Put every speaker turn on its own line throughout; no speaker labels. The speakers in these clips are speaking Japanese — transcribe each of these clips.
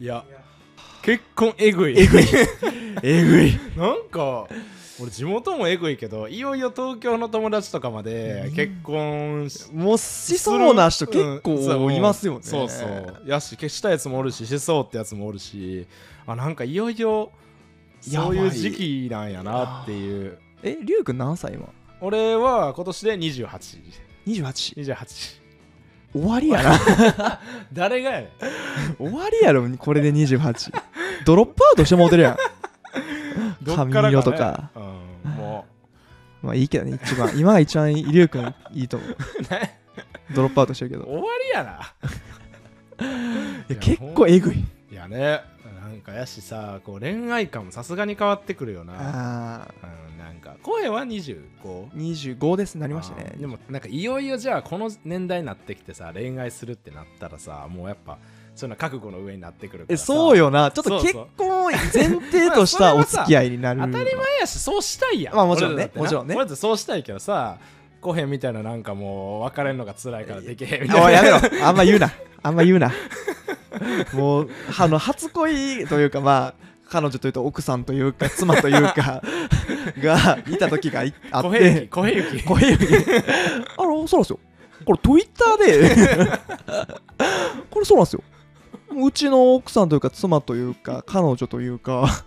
いや結婚えぐい
えぐいえぐい
なんか俺地元もえぐいけどいよいよ東京の友達とかまで結婚し
もうしそうな人結
うんそう
構いますよね、
そうそうやし消したやつもおるししそうってやつもおるしあなんかいよいよそういう時期なんやなっていう
えりゅうくん何歳今
俺は今年で2828
28
28
終わり やな
誰がやねん
終わりやろこれで28ド ロップアウトしてもうてるやん
どっから
髪色とか
ねうん、も
まあいいけどね一番今が一番りゅうくんいいと思う
う ね
ドロップアウトしてるけど
終わりやない
や結構えぐい
いやねなんかやしさこう恋愛感もさすがに変わってくるよな、
あ
うん、なんか声は 25?
あ25ですな
あ
りましたね
ーでもなんかいよいよじゃあこの年代になってきてさ恋愛するってなったらさもうやっぱそういうの覚悟の上になってくるから
え
さ
そうよなちょっ
そ
と
うそう
結婚を前提としたお付き合いにな
当
る
たり前やしそうしたいやん
まあもちろんね
俺だってな
もちろんね
俺だってそうしたいけどさコヘンみたいななんかもう別れるのが辛いからできへんみたいな
おいやめろあんま言うなあんま言うなもうあの初恋というかまあ彼女というと奥さんというか妻という かがいた時がいあっ
コヘン
て
キコヘンキ
小平家あのそうなんですよこれ Twitter でこれそうなんですよもううちの奥さんというか妻というか彼女というか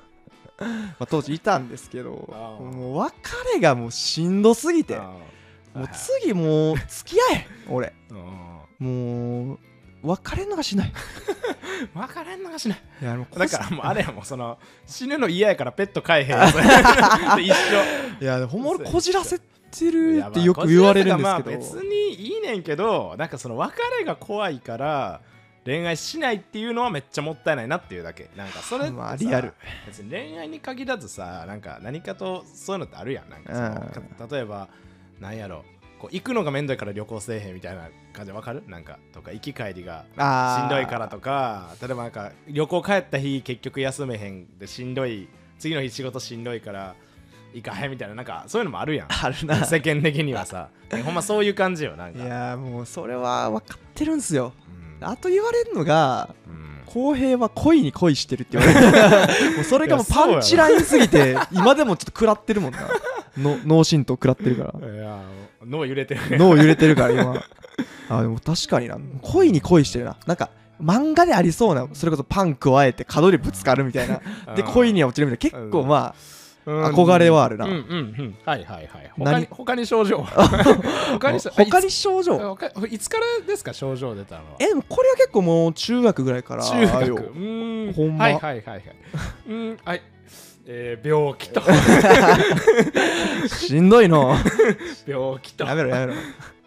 まあ当時いたんですけど
ああ
もう別れがもうしんどすぎて
あー
もう
はいはい
次もう付き合え俺
うん
もう別れるのがしない
分からんのがしない
いやもうこ
だからもうあれやもんその死ぬの嫌やからペット飼えへん やつ一緒
いやほんま俺
そう
こじらせてるっ
い
て
や
よく言われるんです
まあこ
けど
じらせがまあ別にいいねんけどなんかその別れが怖いから恋愛しないっていうのはめっちゃもったいないなっていうだけなんかそれってさ
まあリアル
別に恋愛に限らずさなんか何かとそういうのってあるやんなんかそのか例えばなんやろこう行くのがめんどいから旅行せえへんみたいな感じわかるなんかとか行き帰りが
あ
し
ー
んどいからとか例えばなんか旅行帰った日結局休めへんでしんどい次の日仕事しんどいから行かへんみたいななんかそういうのもあるやん
あるな
世間的には さねほんまそういう感じよなん
い
か
やもうそれは分かってるんすよ
うん
あと言われるのが
うん
浩平は恋に恋してるって言われる もうそれがもう
いやそうやろ
パンチラインすぎて今でもちょっと食らってるもん なの脳震盪食らってるから
いや脳揺れてる
脳揺れてるから 今あでも確かにな恋に恋してるななんか漫画でありそうなそれこそパン加えて角でぶつかるみたいなで
うん
恋には落ちるみたいな結構
うん
ま
うん
憧れはあるな
うんうんうんはいはいはい他
何
に他に症状
あ
他にし
他
い
に症
つ
状
他いつからですか症状出たのは
えでもこれは結構もう中学ぐらいから
中学
よ
うーん
ほんま
はいはいはいはいうーんはいえー病 気と
しん どいの
病気と
やめろやめろ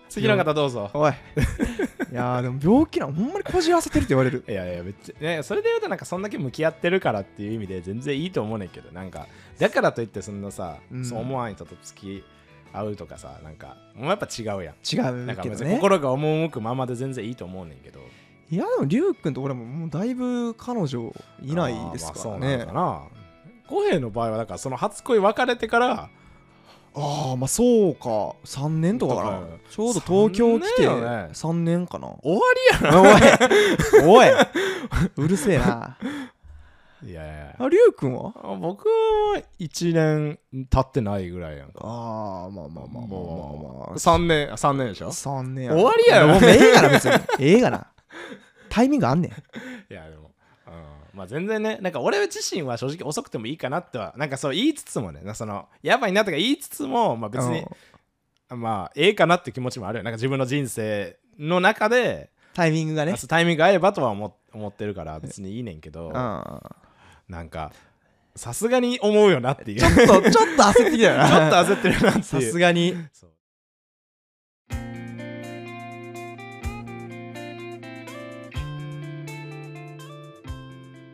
次の方どうぞ
おいいやーでも病気なんほんまにこじらせてるって言われる
いやいや別にねそれで言うとなんかそんだけ向き合ってるからっていう意味で全然いいと思うねんけどなんかだからといってそんなさ、
うん
そう思わん人と付き合うとかさなんかもうやっぱ違うやん
違
なん
う
か
け
別
ど
に
ね
心が赴くままで全然いいと思うねんけど
いやでもりゅうくんと俺ももうだいぶ彼女いないですか
あーま
ら
あそうな
ね
のかな浩平の場合はだからその初恋別れてから
ああまあそうか3年とかか
と
な
か
ちょうど東京来て
三年よね
3年か な
終わ
おいおいうるせえな
り やんいやいや
ありゅうくんは
あ僕は1年経ってないぐらいやんか
ああまあまあまあまあまあまあ
3年3年でしょ
3年や
終わりや ろ
もうええがな別にええがなタイミングあんねん
いやでも、うん、まあ全然ねなんか俺自身は正直遅くてもいいかなってはなんかそう言いつつもねなそのやばいなとか言いつつもまあ別に
うん
まあええかなって気持ちもあるよなんか自分の人生の中で
タイミングがね
あそうタイミング合えばとは思思ってるから別にいいねんけ
う
ど
んち
なんかさすがに思うよなっていうちょ
ょっと ちょっと焦ってきたよ
っと
な
焦ってるなっていう
さすがに
そう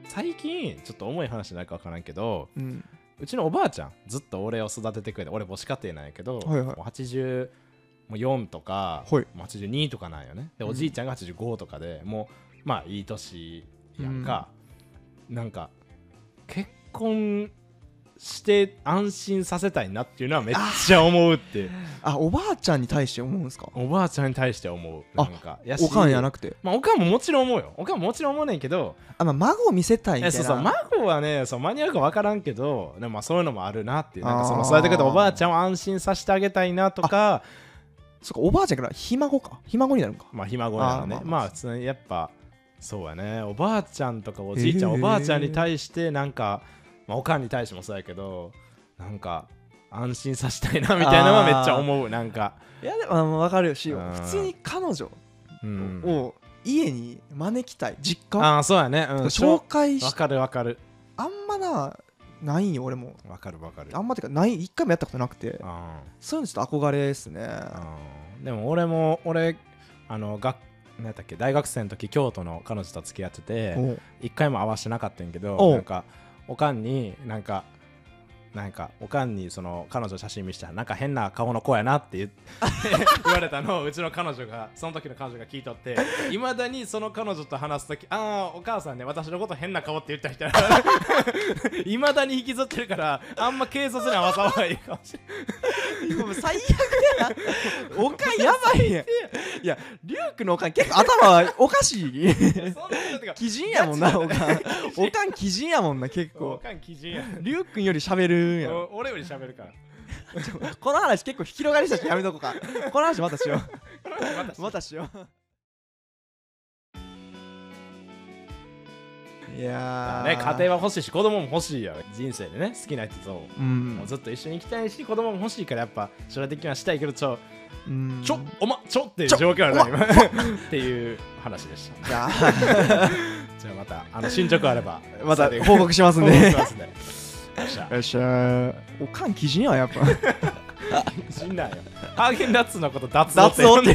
最近ちょっと重い話になるか分からんけど
うん
うちのおばあちゃんずっと俺を育ててくれて俺母子家庭なんやけど、
はいはい
もう84とか、
はい
もう82とかなんよねで
うん
おじいちゃんが85とかで、もうまあいい年やんか、なんか結婚して安心させたいなっていうのはめっちゃ思うって
あおばあちゃんに対して思うんですか
おばあちゃんに対して思う
あ
なんかやし
おかんやなくて
まあ、おかんももちろん思うよおかんももちろん思うねんけど
あ、まあ、孫を見せたいみた
え
いな
そうそう孫はねそうマニュアルか分からんけどでもまあそういうのもあるなっていうなんかそ
あ
の
ー
そうやってことおばあちゃんを安心させてあげたいなとか
そうかおばあちゃんからひ孫かひ孫になるんか
まあひ孫なのね
あーまあまあ
まあ普通にやっぱそうやねおばあちゃんとかおじいちゃん、
えー
おばあちゃんに対してなんか、まあ、おかんに対してもそうやけどなんか安心させたいなみたいなのはめっちゃ思うなんか、
いやでもあの分かるし
うん
普通に彼女
うん、
を家に招きたい実家
ああそうやね、うん、
紹
そ
介
うわ
し
かるわかる
あんまなないんよ俺も
わかるわかる
あんまてかない一回もやったことなくて
あー
そういうのちょっと憧れですね
あーでも俺も俺あの学何やったっけ大学生の時京都の彼女と付き合ってて
おう
一回も会わしてなかったんやけど
おう
なんかおかんになんかなんかおかんにその彼女の写真見したらなんか変な顔の子やなって言って 言われたのをうちの彼女がその時の彼女が聞いとっていまだにその彼女と話す時ああお母さんね私のこと変な顔って言った 人いまだに引きずってるからあんま警察に合わさないいかもしれない
もう最悪 やなおかんやばいやんいやリュウクのおかん結構頭おかしい
そんなこと が
鬼人やもんなおかんおかん鬼人やもんな
お
結構
かん基準や
リュウくんより喋るんやろ
お俺より喋るから
この話結構広がりしたしやめとこうか この話またしようまたしよういやー
ね家庭は欲しいし子供も欲しいやろ人生でね好きな人とも
うん
うずっと一緒に行きたいし子供も欲しいからやっぱ将来的にはしたいけどちょ
うん
ちょおまちょっていう
ちょ
状況は
お
ない今 っていう話でした
いや
じゃあまたあの進捗あれば
また
それで
報告します
報告
ね
しますねよっしゃ
よっしゃーおかん鬼人ややっぱ
死んだよハーゲンダッツのこと脱
雑音
音
って